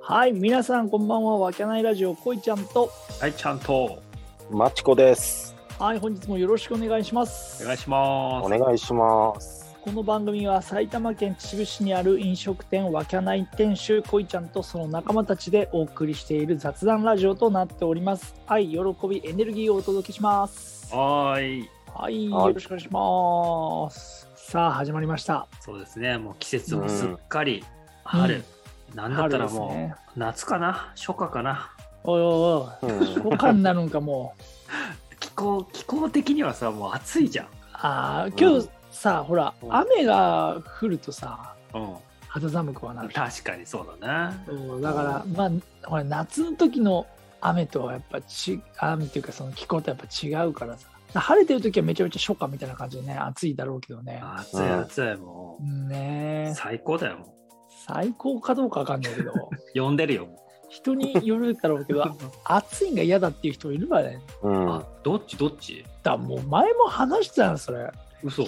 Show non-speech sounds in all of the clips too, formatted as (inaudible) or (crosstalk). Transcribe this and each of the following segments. はい、皆さんこんばんは。わけないラジオ、こいちゃんと。はい、ちゃんとマチコです。はい、本日もよろしくお願いします。お願いしまおす。願いします。この番組は埼玉県秩父市にある飲食店わきゃない店主こいちゃんとその仲間たちでお送りしている雑談ラジオとなっております愛喜びエネルギーをお届けしますはーい、はいはよいろしくお願いしますさあ始まりましたそうですね。もう季節もすっかり春。なんだったらもう、春ですね夏かな、初夏かな。おいおいおい初夏になるんかもう気候気候的にはさ、もう暑いじゃん。あー今う日んさほらうん雨が降るとさう、肌寒くはなんる確かにそうだね。そうだからまあほら夏の時の雨とはやっぱち雨っていうかその気候とやっぱ違うからさ晴れてる時はめちゃめちゃ初夏みたいな感じでね暑いだろうけどね暑い暑いもう、ねえ最高だよ。も最高かどうかわかんないけど (laughs) う呼んでるよ。も人によるだろうけうど暑いのが嫌だっていう人もいるわねうんあ、どっちどっち。だもう前も話したのそれ、嘘。う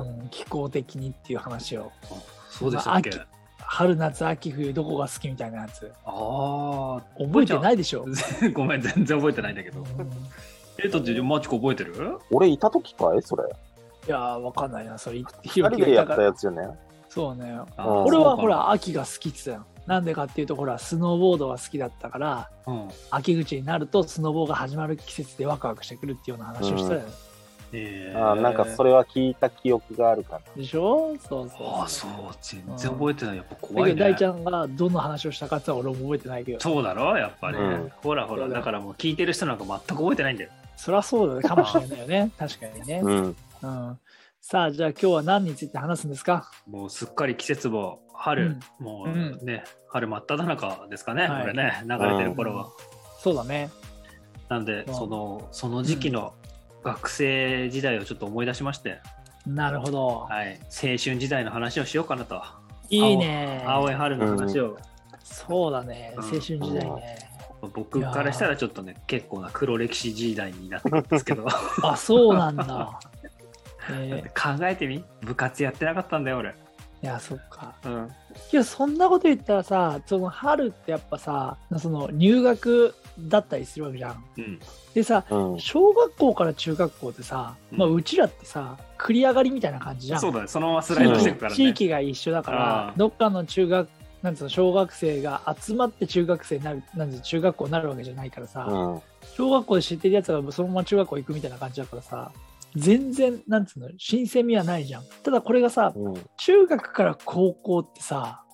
ん、気候的にっていう話をそうでしたっけ。ま春夏秋冬どこが好きみたいなやつああ覚えてないでしょ、ー、 (laughs) ごめん、全然覚えてないんだけど。うんえっと、じゃあマチコ覚えてる。俺いた時かいそれ。いやーわかんないなそれ二広人でやったやつよね。そうねあうん俺はほ。そうら秋が好きっつうのなんでかっていうとほらスノーボードが好きだったからかうん。秋口になるとスノボーが始まる季節でワクワクしてくるっていうような話をしたよ、えーあなんかそれは聞いた記憶があるかでしょそうそうああそう全然覚えてないやっぱだ怖けいどね大ちゃんがどの話をしたかってのは俺も覚えてないけどそうだろやっぱり、うんほらほらだからもう聞いてる人なんか全く覚えてないんだよそりゃそうだねかもしれないよ (laughs) ね確かにねら。、うん。うん、さあじゃあ今日は何について話すんですかもうすっかり季節も春、もうね、春真っ只中ですかね、はいこれね流れてる頃は、そうだねなんで、うんそのその時期の学生時代をちょっと思い出しまして、なるほど、はい、青春時代の話をしようかなとい、いね青い春の話を、そうだねうん青春時代ね、僕からしたらちょっとね結構な黒歴史時代になってくるんで (laughs) すけど考あそうなん (laughs) だ、ええてみ部活やってなかったんだよ俺、ーいやそっかうん、いやそんなこと言ったらさその春ってやっぱさその入学だったりするわけじゃん。うん、でさうん。小学校から中学校ってさ、うまあ、うんうちらってさ繰り上がりみたいな感じじゃん。そうだね、そのままスライねドし地ていくから域ね。地域が一緒だからあーどっかの中学なんつうの小学生が集まって中学生になるなんつうの中学校になるわけじゃないからさ、うん。小学校で知ってるやつがそのまま中学校行くみたいな感じだからさ全然なんつうの新鮮味はないじゃん。ただこれがさうん。中学から高校ってさ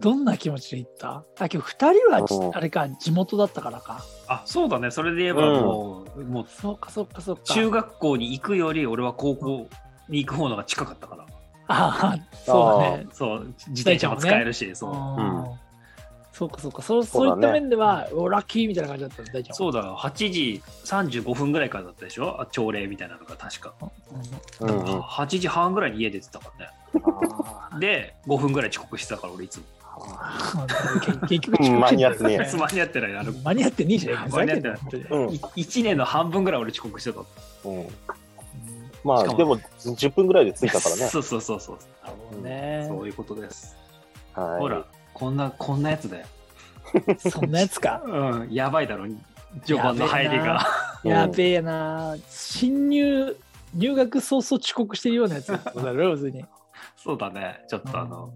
どんな気持ちで行ったあ今日2人はちうんあれか地元だったからかあ、そうだね、それで言えばうんもう、もうそうかそうかそうか中学校に行くより、俺は高校に行く方のが近かったから。ああそうだねそう、自転車も使えるし、そう。うんうそうかそうかそそそうういだっねた面では、おラッキーみたいな感じだったんだ大ちゃんはそうだよ、8時35分ぐらいからだったでしょあ朝礼みたいなのが確か。うだんか。ら8時半ぐらいに家出てたからね。で、5分ぐらい遅刻してたから、俺いつも。うん結局遅刻してたよ間に合ってね間に合ってない、あの、間に合ってねえじゃん間に合ってないふざけんな本当にうん。 1年の半分ぐらい俺遅刻してた。うん。まあしかもでも10分ぐらいで着いたからね。 (laughs) そうそうそうそう。なるほどねそういうことです。はい。ほら。、こんな、こんなやつだよ。そんなやつかうん、やばいだろ、序盤の入りやべえなが。うんやべえな新入入学早々遅刻してるようなやつだろ別にそうだね、ちょっとあの、うん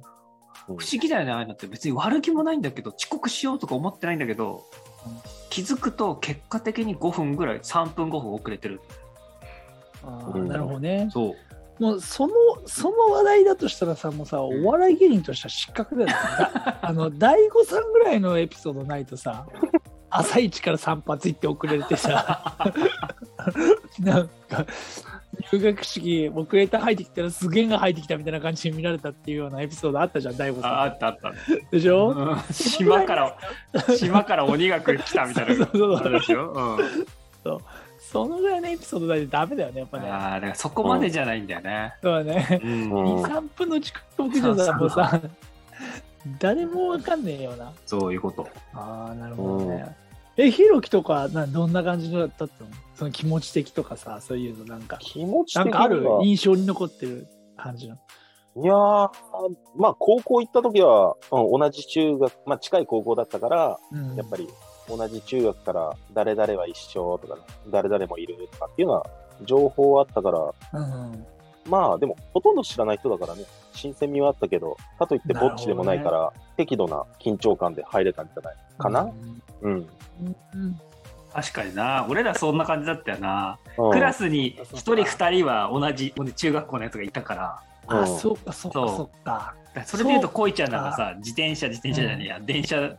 不思議だよね、ああいうのって、別に悪気もないんだけど、遅刻しようとか思ってないんだけどうん、気づくと結果的に5分ぐらい、3分、5分遅れてる。あうーんなるほどねそう。もうそのその話題だとしたらさもうさお笑い芸人としては失格 (laughs) だよねだあの大悟さんぐらいのエピソードないとさ朝一から散髪行って遅れてさ (laughs) なんか入学式遅れて入ってきたらすげえが入ってきたみたいな感じに見られたっていうようなエピソードあったじゃん大悟ああさったあった。んでしょ、うん島から、島から鬼が来たみたいな。 (laughs) そうそうあそうれですよ。うんそのぐらいのエピソードだってダメだよねやっぱねあーだからそこまでじゃないんだよね。そうだねうんうん。 23分の遅刻じゃさもうさ誰もわかんねえようなそういうこと。ああ、なるほどね。え、ひろきとかな、どんな感じだったのその気持ち的とかさ、そういうのなんか、気持ちな的んにかあるは印象に残ってる感じの。いやー、まあ高校行った時は、うん、同じ中学、まあ近い高校だったから、やっぱり。り同じ中学から誰々は一緒とか、ね、誰々もいるとかっていうのは情報あったから、うんまあでもほとんど知らない人だからね、新鮮味はあったけど、かといってぼっちでもないかなら、適度な緊張感で入れたんじゃないかな、うん、うん。うん確かにな俺らそんな感じだったよな、ククラスに1人うん2人は同じ中学校のやつがいたからあ、うんそうか、そうか、そうそうか。それ見るとこいちゃんなんかさ自転車自転車じゃねえや、電車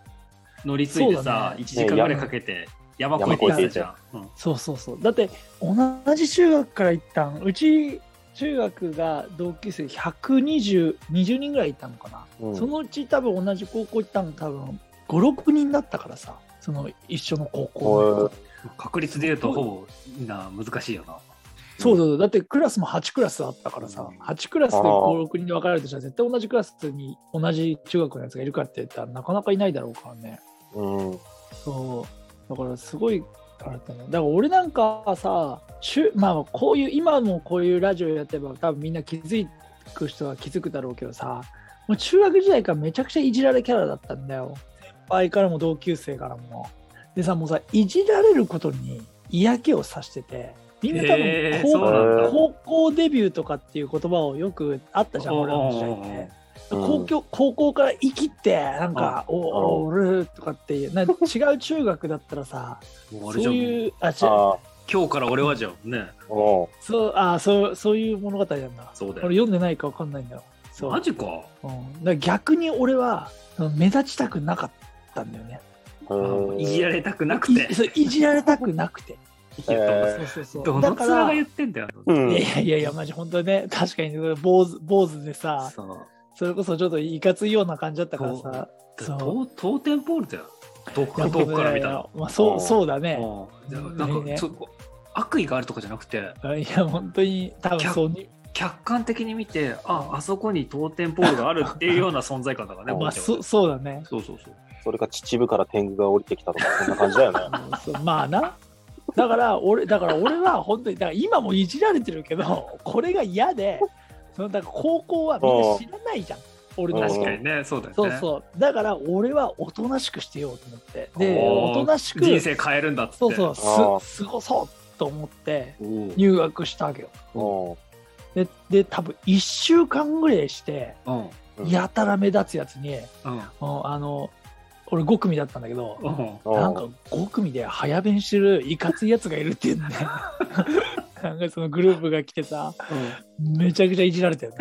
乗り継いでそうださ、ね1時間ぐらいかけて山越えていってたじゃん、うんそうそうそう。だって、同じ中学から一旦、うち、中学が同級生120、20人ぐらいいたのかな。うんそのうち多分同じ高校行ったの多分5、6人だったからさ、その一緒の高校おのい。確率で言うとほぼみんな難しいよなそうそうそう、だってクラスも8クラスあったからさ、8クラスであー5、6人で分かれるとしたら、絶対同じクラスに同じ中学のやつがいるかって言ったらなかなかいないだろうからね。うん、そう。だからすごい、あれだね。だから俺なんかはさ、しゅまあこういう、今もこういうラジオやってれば多分みんな気づく人は気づくだろうけどさ、もう中学時代からめちゃくちゃいじられキャラだったんだよ。先輩からも同級生からも。でさ、もうさ、いじられることに嫌気をさしてて、みんな多へ分高ーそうなんだ高校デビューとかっていう言葉をよくあったじゃん、俺らの時代って。うん高校高校から生きてなんか「おお俺」とかっていうな違う中学だったらさもそうあうれじゃんいうあ違うあ今日から俺はじゃんねあ、おそうあそうそういう物語なんだそうだ俺よ読んでないか分かんないんだよそう、うマん、ジかだから逆に俺はその目立ちたくなかったんだよねいじられたくなくいてそういじられたくなくていやそうそうそうどだのかツらが言ってんだようん、いやいやいやマジ本当にね確かに坊主坊主でさそうそれこそちょっといかついような感じだったからさそう東東天ポールだよ遠く遠くから見たらまあ、そうそうだね、うんでもなんねかそう悪意があるとかじゃなくていや本当に多分そうに、客観的に見てああそこに東天ポールがあるっていうような存在感だからねあ (laughs) こまあ、っちはそそうだねそうそうそうそれか秩父から天狗が降りてきたとか、そんな感じだよね。そうまあなだから俺だから俺は本当にだから今もいじられてるけどこれが嫌でそのだから高校はみんな知らないじゃん俺のうんこと確かにねそうだよねそうそうだから俺はおとなしくしてようと思ってでおおーとなしく人生変えるんだっつってそうそうあーすすごそうと思っておう入学したわけよおでで多分1週間ぐらいしてうんうんやたら目立つやつに、うんうんあの俺5組だったんだけど、うんなんか5組で早弁してるいかついやつがいるっていうんでなんかそのグループが来てさめちゃくちゃいじられたよね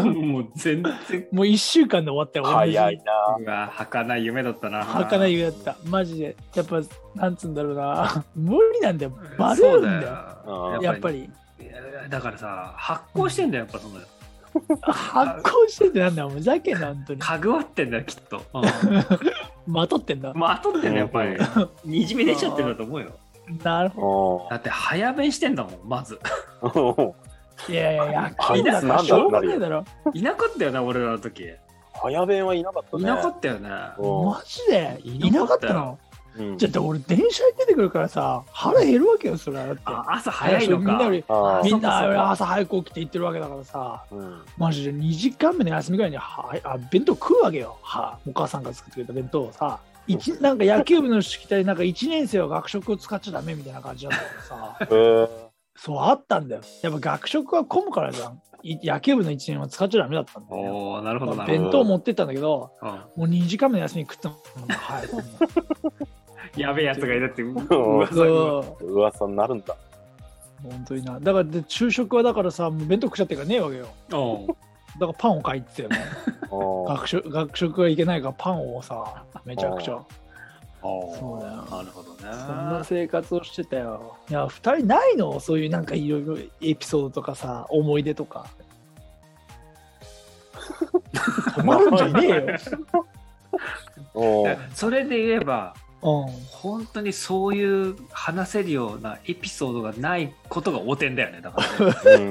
うん (laughs) もう全然もう1週間で終わったよ俺早いな。うわ儚い夢だったな儚い夢夢だったマジでやっぱなんつうんだろうな無理なんだよバレるんだよそうだよやっぱりだからさ発光してんだよやっぱその発行しててなんだよふざけんな本当にかぐわってんだよきっと、うまとってんだ、ん、まとってんだよやっぱりにじみ出ちゃってるんだと思うよなるほおだって早弁してんだもんまずお。どいやいやいやあ飽きんだかならんだしょうがないだろいなかったよな俺らの時い早弁はいなかったね。なかったよねおうマジでいいななかかっったたよのうんじゃあだって俺電車で出てくるからさ腹減るわけよそれはだってあ朝早いのみんなよかりあーみんあそうかそうなか朝早く起きて行ってるわけだからさうんマジで2時間目の休みぐらいにはあ弁当食うわけよはお母さんが作ってくれた弁当をさ一なんか野球部の式体なんか1年生は学食を使っちゃダメみたいな感じだったからさ (laughs) へーそうあったんだよやっぱ学食は混むからじゃんい野球部の1年は使っちゃダメだったんだよおおなるほどなる弁ほど、当持ってったんだけどうんもう2時間目の休みに食ったもんはいやべえやつがいるってううん噂がそう噂になるんだ。本当になだからで昼食はだからさもう弁当食っちゃってるからねえわけようんだからパンを買いってたよ (laughs) ねおう学食学食はいけないからパンをさめちゃくちゃそうだよなるほどねそんな生活をしてたよいや2人ないのそういうなんかいろいろエピソードとかさ思い出と (laughs) か止まるんじゃねえよ、おうそれで言えば (laughs) う本当にそういう話せるようなエピソードがないことが汚点だよねだからね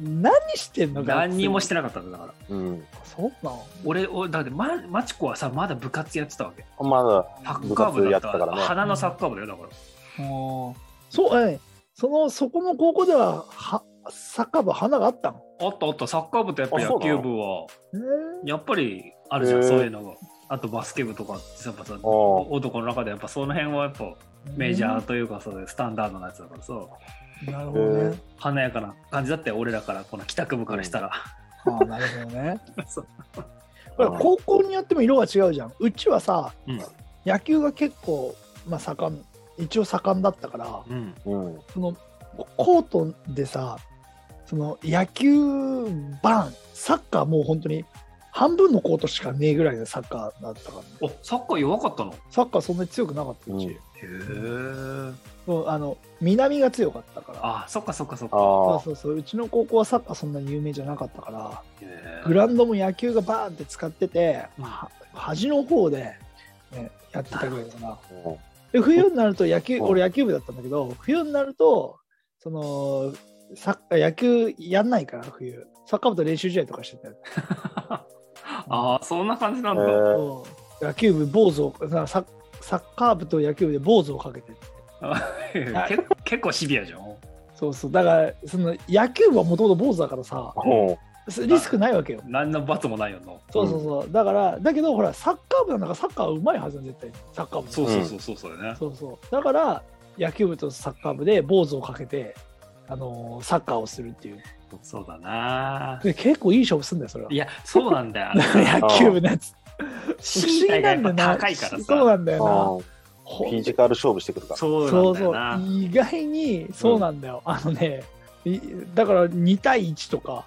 ん、何してんの学生何にもしてなかったんだだからうんうんそうなの俺俺だってまマチコはさまだ部活やってたわけまだサッカー部だった部活やってたからね花のサッカー部だよだからうんそうえそのそこの高校でははサッカー部花があったのあったあった、サッカー部とやっぱあそう野なの球部は、えーやっぱりあるじゃん、へーそういうのが。あとバスケ部とかってやっぱさ、あー男の中でやっぱその辺はやっぱメジャーというか、そういうスタンダードなやつだからそう、なるほどね。華やかな感じだったよ、俺らから、この帰宅部からしたら。ああ、なるほどね。 (laughs) そうほら高校によっても色が違うじゃん。うちはさ、うん野球が結構、まあ、盛ん、一応盛んだったから、うん、うん。そのコートでさ、その野球バン、サッカーもう本当に半分のコートしかねえぐらいのサッカーだったから、おサッカー弱かったのへサッカーそんなに強くなかったうち。え。そうあの南が強かったから。あ、そっかそっかそっか。そあうそうそううちの高校はサッカーそんなに有名じゃなかったからへーグラウンドも野球がバーンって使っててうんは端の方で、ね、やってたぐらいだなあ。うんで冬になると野球うん俺野球部だったんだけど冬になるとそのサッカー野球やんないから冬サッカー部と練習試合とかしてたよ、 (laughs) ああ、そんな感じなんへだ。ーそう野球部坊主をさサッサッカー部と野球部で坊主をかけててけ結構シビアじゃん。そうそうだからその野球部はもともと坊主だからさうんリスクないわけよ何の罰もないよな。そうそうそう、だからだけどほらサッカー部なんかサッカーはうまいはずなん絶対サッカー部のそうそうそうそうそうだよね。そうそうだから野球部とサッカー部で坊主をかけて、あのーサッカーをするっていうそうだな。で結構いい勝負すんだよそれはいや、そうなんだよ。 (laughs) 野球部のやつ身体がやっぱ高いからそうさ。なんだよあなーほフィんジカル勝負してくるから。そうなそんうだよそうな。意外にそうなんだよ、あのねいだから2対1とか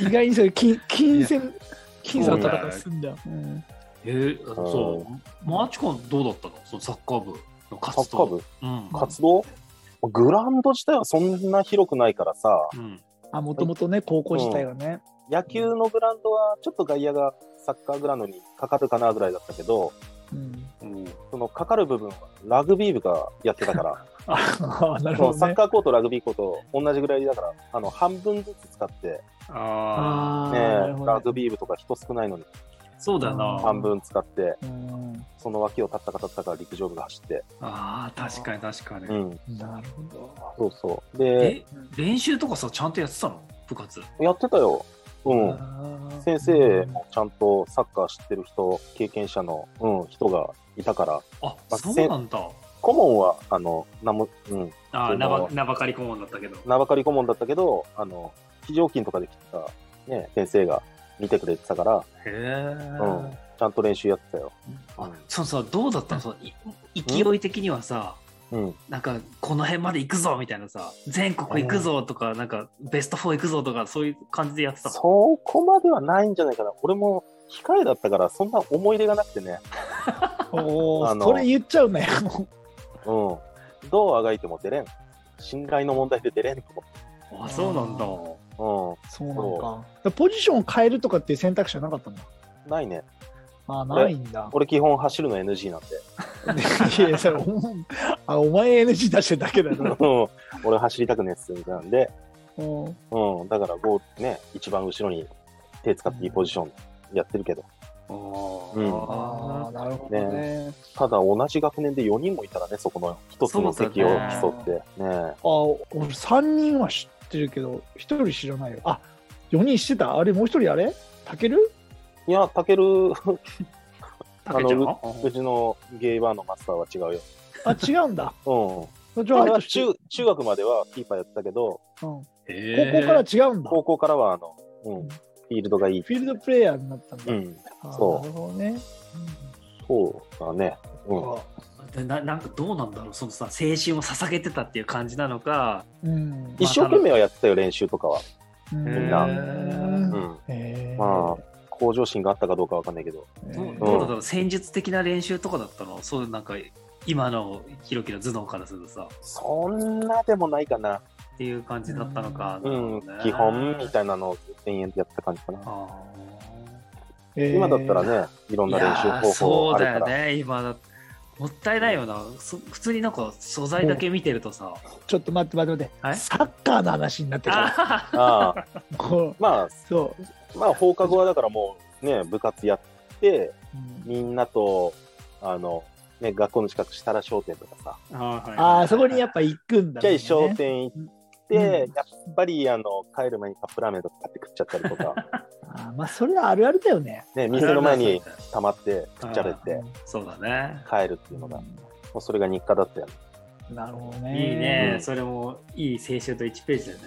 意外に (laughs) それ金金銭金銭の戦いすんだよ、うんえー、そう。マーチコンどうだったのそのサッカー部の活動。サッカー部うん。活動グラウンド自体はそんな広くないからさ、うん。あもともとね高校自体はね、野球のグラウンドはちょっと外野がサッカーグラウンドにかかるかなぐらいだったけど、うん、そのかかる部分はラグビー部がやってたから、あ (laughs) あなるそほのサどッねカーコート、ラグビーコート、同じぐらいだから、あの半分ずつ使って、ねああ、ああなるえ、ほどラねグビー部とか人少ないのにそうだよな。半分使って、うんその脇を立ったか立ったか陸上部が走って、ああ、確かに確かに。うん、なるほどそうそう。で、え、練習とかさ、ちゃんとやってたの部活。やってたよ。うん。あー先生もちゃんとサッカー知ってる人、経験者の、うん、人がいたから、あ、あそうなんだ。顧問は、あの、なんも、うん、ああ、そうなばなばかり顧問だったけど。名ばかり顧問だったけど、あの、非常勤とかで来てた、ね、先生が見てくれてたから、へえ。うん、ちゃんと練習やってたよ。あそのさどうだったのそのい勢い的にはさうん。なんかこの辺まで行くぞみたいなさ全国行くぞとかなんかベスト4行くぞとかそういう感じでやってたのそこまではないんじゃないかな。俺も、控えだったから、そんな思い出がなくてね、おあおのそれ言っちゃうね (laughs) うん。どうあがいても出れん。信頼の問題で出れんとあそうなんだ思う。そうなんかだからポジションを変えるとかっていう選択肢はなかったんだうん。ないね。あーないんだ俺基本走るの NG なんで。 (laughs) いやそれお前あお前 NG 出してるだけだうろ、ん俺走りたくねえっすみたいなんで、うん、うん、だからゴーね、一番後ろに手使っていいポジションやってるけど、あああーなるほどねただ同じ学年で4人もいたらね、そこの一つの席を競って、ねあー俺3人は知ってるけど1人知らないよあ四4人知ってたあれもう1人あれたけるいや、たける、たけちゃんはうちのゲイバーのマスターは違うよ。あ違うん (laughs) だうじん。ゃああれは入っ中中学まではキーパーやってたけど、てうん高へ校からー違うんだ高校からはあの、うん、フィールドがいい。フィールドプレイヤーになったんだ、うん、あーそうなるほどね、そうだね。うん。あでななんかどうなんだろうそのさ青春を捧げてたっていう感じなのかうん一生懸命はやってたよ、練習とかは。みんなうへん。えまあ、向上心があったかどうかわかんないけど、どうえどうだったの戦術的な練習とかだったのそういうなんか今のひろきの頭脳からするとさそんなでもないかな。っていう感じだったのかなるうほんどね、基本みたいなのを延々とやってた感じかな。あえ今だったらね、いろーんいな練習やー方そ法うあだるよから。ね今だもったいないよな、そ普通になんか素材だけ見てるとさ、ちょっと待って待って待って、はいサッカーの話になってるからあ (laughs) ああこまうそうあ、まあ、放課後はだからもうね、部活やって、うん、みんなと、あの、ね、学校の近く、設楽商店とかさ、ー、はいあーそこにやっぱ行くんだじろゃうあね商店行って、うんやっぱりあの帰る前にカップラーメンとか買って食っちゃったりとか、あーまあそれはあるあるだよね。ね、店の前にあるある溜まって食っちゃれてそうだね。帰るっていうのが、もうそれが日課だったよね。なるほどいいね。ね、うんそれもいい青春と1ページだね。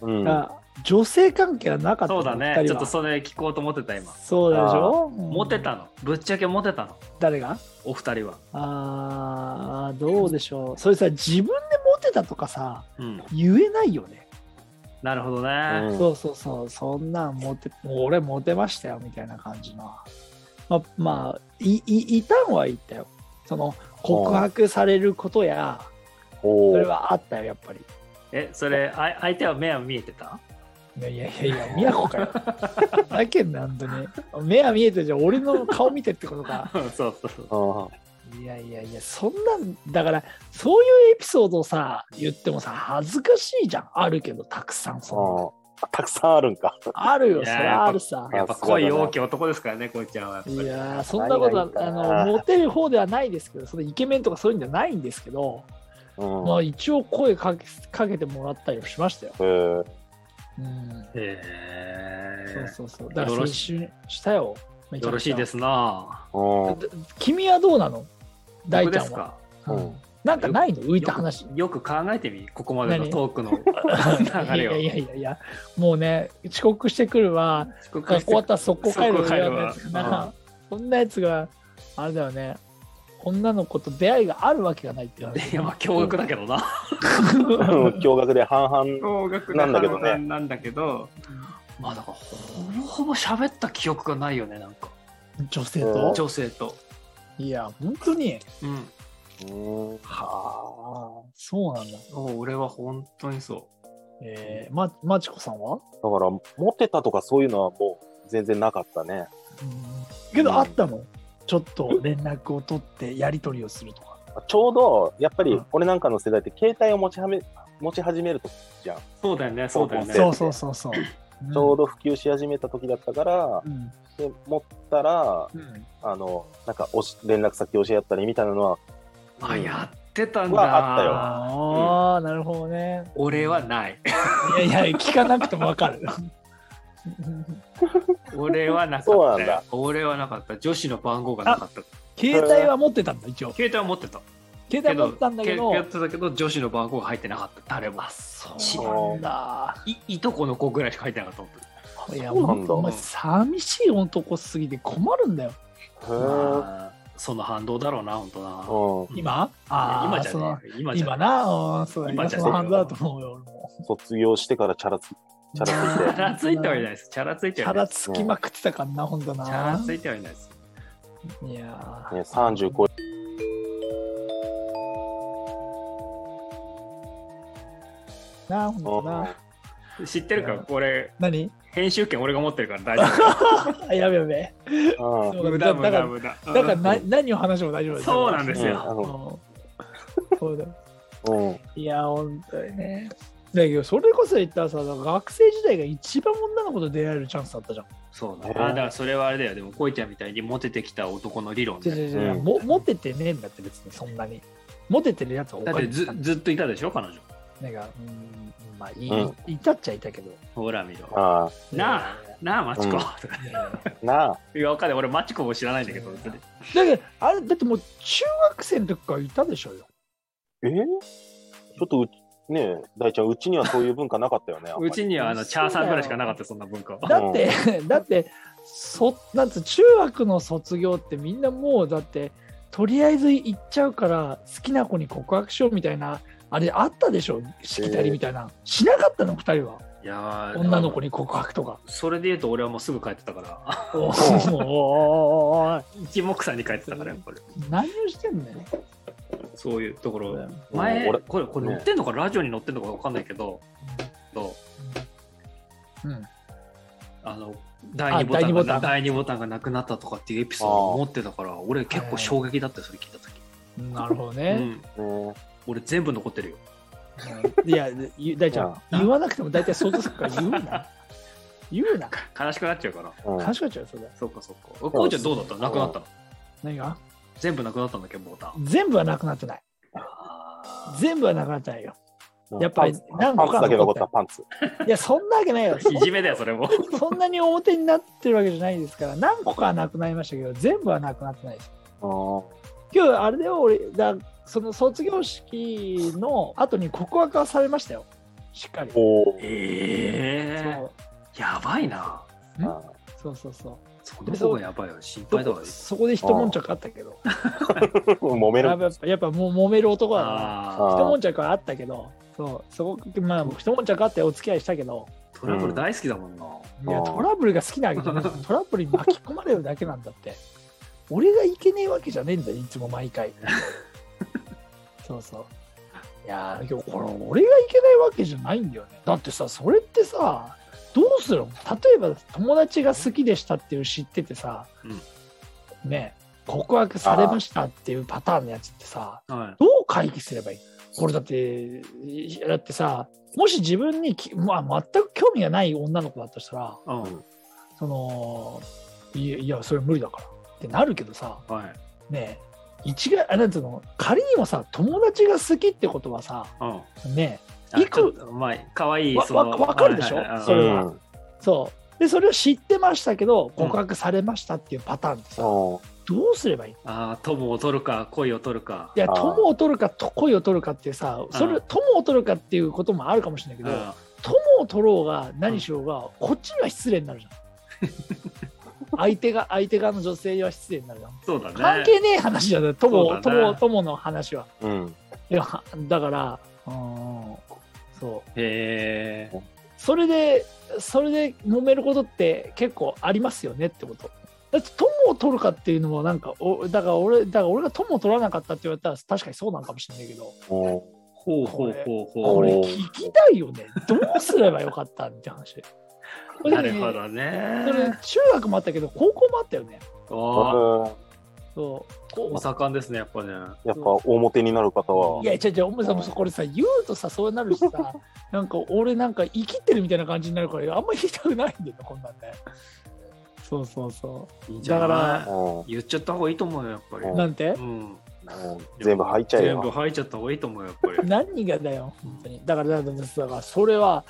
うん、あ女性関係はなかったそのうだね、二人ちょっはとそれ聞こうと思ってた今。そうだでしょモテたの、ぶっちゃけモテたの、誰がお二人は。あーどうでしょうそれさ自分でモテたとかさうん、言えないよね、なるほどね。うんそうそうそうそんなんモテもう俺モテましたよみたいな感じのままあいいいたんは言ったよその告白されることやおそれーはあったよやっぱりえ、それ、あ相手は目は見え (laughs) てたいやいやいやいや都かよだけなんとね目は見えてるじゃん俺の顔見てってことかそうそうそう。あいやいやいやそんなんだからそういうエピソードをさ言ってもさ恥ずかしいじゃんあるけどたくさんそんなーあたくさんあるんか。あるよ、いそやれーはあるさ。やっぱ恋多き男ですからね、こいちゃんはやっぱいり。やーそんなことは何がいいあかなのモテる方ではないですけどそのイケメンとかそういうんじゃないんですけど、うんまあ、一応声かけかけてもらったりもしましたよ、えーうん、へそうーそうそうだからよ青春ろししたよめちよゃろくしちゃいですな。うんだ君はどうなの大僕ちでゃんすは、か。うんうんなんかないの浮いた話よくよく考えてみ、ここまでの何トークのいや (laughs) いやい流れを。やいやいやもうね遅刻してくるわ遅刻学し校終わってたら速攻帰る速攻帰るよわうなやつかうなそんなやつがあれだよね女の子と出会いがあるわけがないっていう話いや、まあ、驚愕だけどな。驚愕で半々、驚愕なんだけどねなんだけど、まあ、だから、ほぼほぼ喋った記憶がないよね、なんか。女性うとん女性と。いや本当にうん。うんはあそうなんだもう俺は本当にそえー、ままちこさんは、だから、モテたとかそういうのはもう全然なかったね。けどあったのちょっと連絡を取ってやり取りをするとかちょうど、やっぱうりん俺なんかの世代って携帯を持ちはめ持ち始めるときじゃん。う。そうだよね、そうだよね。そうそうそうそううんちょうど普及し始めた時だったから、うんで持ったら、うんあの、なんかおし連絡先教え合ったりみたいなのは、あ、やってたんはだ。あああ、なるほどね俺はない。いやいや聞かなくてもわかる (laughs) 俺はなかったそうなよ。んだ俺はなかった。女子の番号がなかった。携帯は持ってたんだ一応携帯は持ってた。携帯持ってたんだけどやってたけど、女子の番号が入ってなかった。誰も。そうなんだいいとこの子ぐらいしか入ってなかった本当に。いやそうなんほだんとお前寂しい男すぎて困るんだよへーまあその反動だろうな、本当な。う今あー今じゃそのねえ。今じゃ今ねな、うんそうだ、今今じゃそねのハンドだと思うよ、俺も。ん、卒業してからチャラつチャラつえ。いチャラついてはいないです。チャラついチてはャいないラです。つきまくってたからな、ほんとチャラな。ついてはいないです。いやて、ね、30超えー、な、ほんとうんな。知ってるかいら、やこれ、何編集権俺が持ってるから大丈あやべやべ。うんそ夫。う無だ駄、だ無か駄、ら、無駄。だからな何を話しても大丈夫そうなんですようんそうだようんいや、ほんとにね。だけど、それこそ言ったらさ、学生時代が一番女の子と出会えるチャンスだったじゃん。そうだ、ねあだからそれはあれだよでもこいちゃんみたいにモテてきた男の理論違うで違う違う、うんもモテてねえんだって、別にそんなに。モテてるやつはおだっかてしいず。ずっといたでしょ彼女なんか、うん、まあ、い,、うんいたっちゃいたけど。ほら見ろあなあなあマチコ、とうんかいやいやあなあいやわかんない俺マチコも知らないんだけど別にだけどあれだってもう中学生の時からいたでしょうよえちょっとうねえ大ちゃんうちにはそういう文化なかったよねあんまうりちにはあのチャーさんぐらいしかなかったよそんな文化はだって、 (laughs) だってそなんつう中学の卒業ってみんなもうだってとりあえず行っちゃうから好きな子に告白しようみたいなあれあったでしょしきたりみたいな、しなかったの2人はいやー女の子に告白とかそれで言うと俺はもうすぐ帰って (laughs) たからおーおーおーおー一目散に帰ってたからやっぱり何をしてんのよそういうところうん前俺これこれ載ってんのか、ラジオに載ってんのかわかんないけどそううんあの第二ボタあ第二ンボがタン第二ボタンがなくなったとかっていうエピソードを持ってたから俺結構衝撃だったよそれ聞いた時、なるほどうね、ん、ね俺全部残ってるようんいやゆ大ちゃんうん言わなくても大体想像するから言うな言うな (laughs) 悲しくなっちゃうからえうん賢いちゃうよそれそっかそっかこうちゃんどうだったのなくなったの何が全部なくなったんだっけボタン全部はなくなってない全部はなくなってないようんやっぱりパンツ何個パンかツだけ残ったパンツ。いやそんなわけない (laughs) よ (laughs) いじめだよ、それも。そんなに表になってるわけじゃないですから何個かはなくなりましたけど全部はなくなってないですあー今日あれだよ俺だその卒業式の後に告白はされましたよしっかりそおー (laughs) えうえやばいな。んあそうそうそうその方がやばいよ、心配だわ。そこで一悶着あったけどー揉めるやっ。ぱやっぱもう揉める男だなあ一悶着はあったけどそうそこまあ一悶着あってお付き合いしたけどあ、トラブル大好きだもんな。いやあートラブルが好きなわけじゃ (laughs) ないトラブルに巻き込まれるだけなんだって俺がいけねえわけじゃねえんだよいつも毎 (laughs) 回そうそういやーでもこれ俺がいけないわけじゃないんだよねだってさそれってさどうするの例えば友達が好きでしたっていう知っててさ、ね告白されましたっていうパターンのやつってさはい。どう回避すればいいこれだっていやだってさもし自分にき、まあ、全く興味がない女の子だとしたらうん。そのいやいやそれ無理だからってなるけどさはい。ねえ一概あなんつうの仮にもさ友達が好きってことはさうん。ねあいくちょっとまあ、可愛いわそのわわかるでしょはいはいはいそれはうんえそうでそれを知ってましたけど告白されましたっていうパターンってさ、おーどうすればいいのああ、友を取るか、恋を取るか。いやあー友を取るかと恋を取るかっていうさそれうん友を取るかっていうこともあるかもしれないけど、うん友を取ろうが何しようが、こっちには失礼になる (laughs) じゃん相手が相手側の女性には失礼になるじゃんそうだね。関係ねえ話じゃない友を、そうだね友を友の話はうん。いやだからうんそうへえ。それでそれで揉めることって結構ありますよねってことだって友を取るかっていうのもなんかおだから俺だから俺が友を取らなかったって言われたら確かにそうなんかもしれないけどおーほうほうほうほこうれおー聞きたいよねどうすればよかったって話これ (laughs) なでるもねほどねそ。れ中学もあったけど高校もあったよねああ、うんそうこう。お盛んですね、やっぱね。やっぱ表になる方はいや違う違うお前さんもうこれさ言うとさそうなるし (laughs) さなんか俺なんか生きってるみたいな感じになるからあんまり言いたくないんだよこんなんねそうそうそいいんじゃないだからうん言っちゃった方がいいと思うよ、やっぱり。うなんてうん。うん全部吐いちゃえ全部よ。吐いちゃった方がいいと思うよ、やっ (laughs) ぱり。何がだよ本当にだからだからだからそれは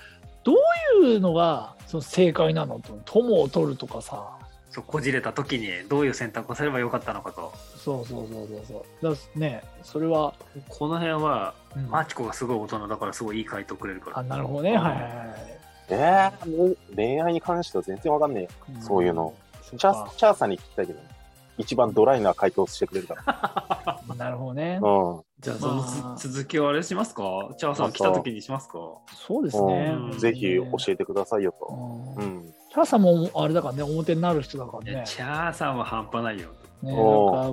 どういうのがその正解なのと友を取るとかさそうこじれた時にどういう選択をすればよかったのかと。そうそうそうそうそうだからねそれは、この辺は、うんマチコがすごい大人だからすごいいい回答くれるから。あなるほどねはいはいはいえーもう恋愛に関しては全然わかんねえよ。そういうのそっチャーかスチャーさんに聞きたいけど、一番ドライな回答してくれる (laughs) から。なるほどねうん。じゃあ、そのつ、まあ続きをあれしますかチャーさん来た時にしますかそうですねうんぜひ教えてくださいよと。うんうん。チャーさんもあれだからね表になる人だからいやねチャーさんは半端ないよ。ねなんおうか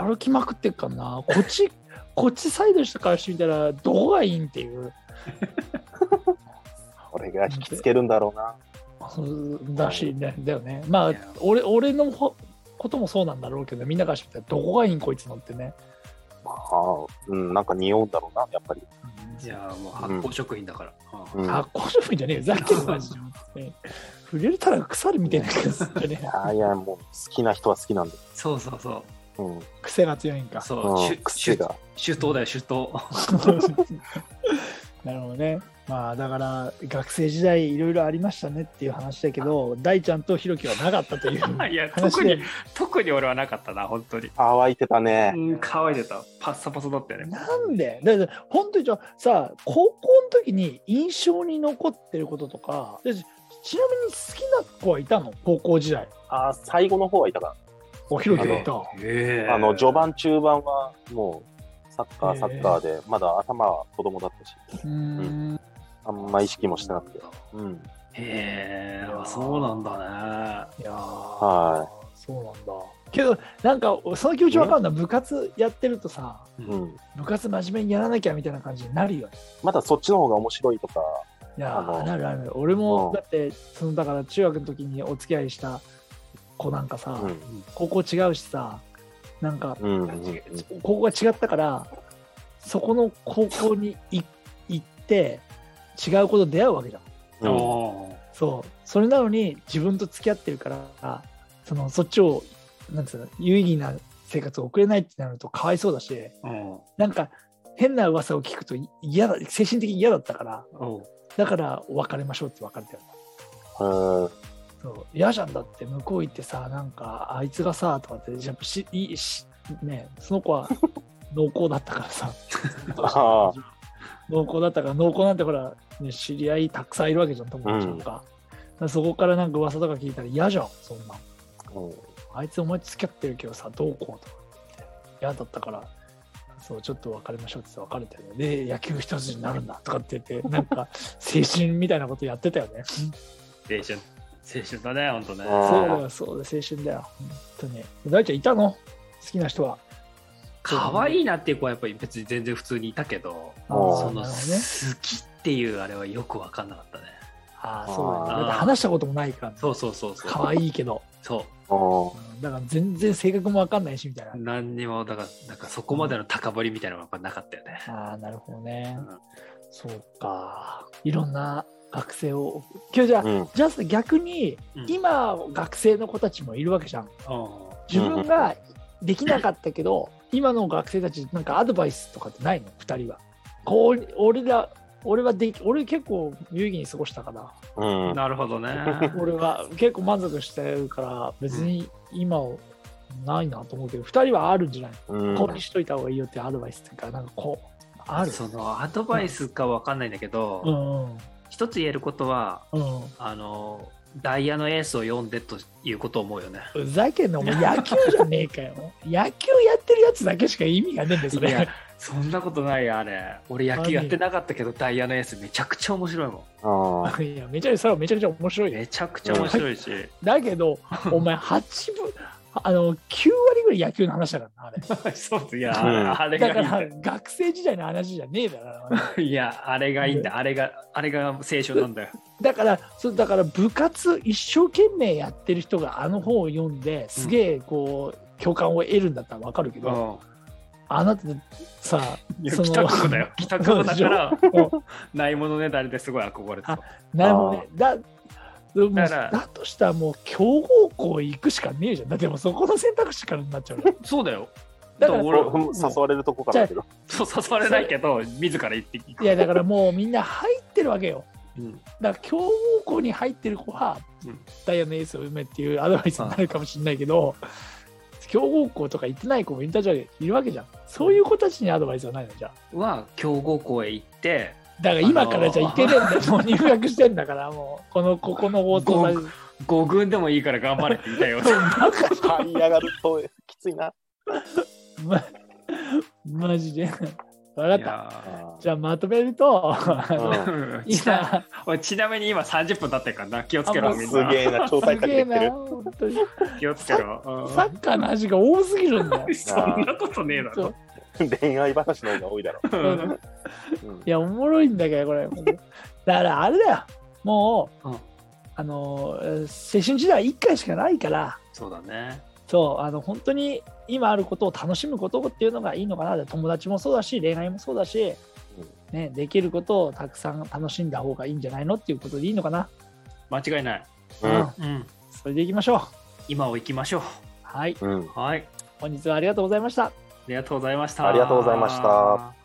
もう歩きまくってっからなこっち (laughs) こっちサイドしたからしてみたらどこがいいんっていう俺が引きつけるんだろうな。うんだしねだよねまあいや俺俺のほこともそうなんだろうけどみんなからしてみたらどこがいいんこいつのってねまあ、うん、なんか匂うんだろうな、やっぱり。いやもう発酵食品だから。うんうん、ああこういうふうじゃねえよざけんなマジでね触れたら腐るみたいなやつってねいや、もう好きな人は好きなんだよ。そうそうそうん。癖が強いんかう。そうう、んシュ癖が。首都だよ、首都。 (laughs) なるほどね。まあだから学生時代いろいろありましたねっていう話だけど大ちゃんとひろきはなかったといういや、話特でに、特に俺はなかったな、本当に。乾いてたねう。ん、乾いてた。パッサパサだったよね。なんでだって本当にじゃあさあ高校の時に印象に残ってることとかでちちなみに好きな子はいたの高校時代ああ、最後の方はいたかおひろきがいたえら。あの、序。盤、中盤は、もう、サッカへー、えサッカーで、まだ頭は子供だったし、うーんあんま意識もしてなくて。うん。へえ、あそうなんだね。いやーはそうなんだけどなんかその気持ちわかるな部活やってるとさうん。部活真面目にやらなきゃみたいな感じになるよねまだそっちの方が面白いとか、いやあーのなるなる俺も、うんだってそのだから中学の時にお付き合いした子なんかさ、うん。高校違うしさなんかうんうんうん高校が違ったからそこの高校にい行って違う子と出会うわけじゃんうんおーそうそれなのに自分と付き合ってるからそのそっちをなんつうの有意義な生活を送れないってなるとかわいそうだしうん。なんか変な噂を聞くと嫌だ精神的に嫌だったからおうだから別れましょうって別れたようん。そう嫌じゃんだって向こう行ってさなんかあいつがさとかってやっぱしいいしねその子は濃厚だったからさああ。濃厚だったから濃厚なんてほら、ね、知り合いたくさんいるわけじゃん友達とか,、だからそこからなんか噂とか聞いたら嫌じゃんそんなんうんあいつお前付き合ってるけどさどうこうとかって嫌だったからそうちょっと別れましょうって言って別れたよねで野球一筋になるんだとかって言ってなん (laughs) か青春みたいなことやってたよね青春青春だねほんとねあそうだよそうだ青春だよ本当に大ちゃんいたの好きな人は可愛いなっていう子はやっぱり別に全然普通にいたけどあおーうそのなる好ほどねきっていうあれはよく分かんなかったねああそうだあよねだーって話したこともないからそうそうそうそう可愛いけどそうんうんだから全然性格もわかんないしみたいうな何にもだからなんかそこまでの高ぶりみたいなのがやっぱなかったよねああなるほどねうんそうかいろんな学生を今日じゃあうん。じゃあ逆にうん今学生の子たちもいるわけじゃんあ自分ができなかったけど今の学生たちなんかアドバイスとかってないの2人はこう俺ら俺はでき俺結構有意義に過ごしたから (laughs) うんあなるほどね俺は結構満足してるから別に今をないなと思うけど2人はあるんじゃないうんこうしといた方がいいよってアドバイスっていうかなんかこうあるそのアドバイスか分かんないんだけど、うんうん一つ言えることはうんあのダイヤのエースを読んでということを思うよねふざけんなお前野球じゃねえかよ野球やってるやつだけしか意味がねえんだよそいやれそんなことないよあれ俺野球やってなかったけどダイヤのエースめちゃくちゃ面白いも (laughs) あいやめちゃくちゃそれはめちゃくちゃ面白いんよめちゃくちゃ面白いし、だけ (laughs) ど、お前、8分、あの、9割ぐらい野球の話だからな、あれ。 (laughs) そうですいや、うんあれだかがいら、学生時代の話じゃねえだろ。いいやあれがいいんだあれがあれが青春なんだよだから、そうだから部活一生懸命やってる人があの本を読んで、すげえ、こう、共感を得るんだったらわかるけど、うあなたさ、んいやその帰宅部だよ帰宅部だからも (laughs) うないものねだりですごい憧れてたあなるほどね。だでもだからだとしたらもう強豪校行くしかねえじゃん。だってもうそこの選択肢からになっちゃうよ。 (laughs) そうだよだからでも俺俺誘われるとこからだけど。そう誘われないけど自ら行っていくいやだからもうみんな入ってるわけよ。うんだから強豪校に入ってる子は、うんダイヤのエースを埋めっていうアドバイスになるかもしれないけど、強豪校とか行ってない子もいたじゃんいるわけじゃんそういう子たちにアドバイスはないのじゃあは強豪校へ行ってだから今からじゃ行けねえんだよ、もう入学してんだからもうこのここの放送ご5軍でもいいから頑張れって言いたいよ這い上がるときついな。まマジで分かっあいやたじゃあまとめるとーうんーちな今おいちなみに今30分経ってるからな気をつけあろもうみんすなげえな、超大す作げえできてなる。本当に気をつけろうんサッカーの話が多すぎるんだよそんなことねえだろそう恋愛話の方が多いだろ。うんうんいや、おもろいんだけど、これ。だから、あれだよ。もう、うんあのー、青春時代は1回しかないから、そうだねそう、あの、本当に今あることを楽しむことっていうのがいいのかなって、友達もそうだし、恋愛もそうだし、ね、できることをたくさん楽しんだ方がいいんじゃないのっていうことでいいのかな。間違いないうんうんそれでいきましょう。今を行きましょはい、うん。うはい本日はありがとうございました。ありがとうございましたありがとうございました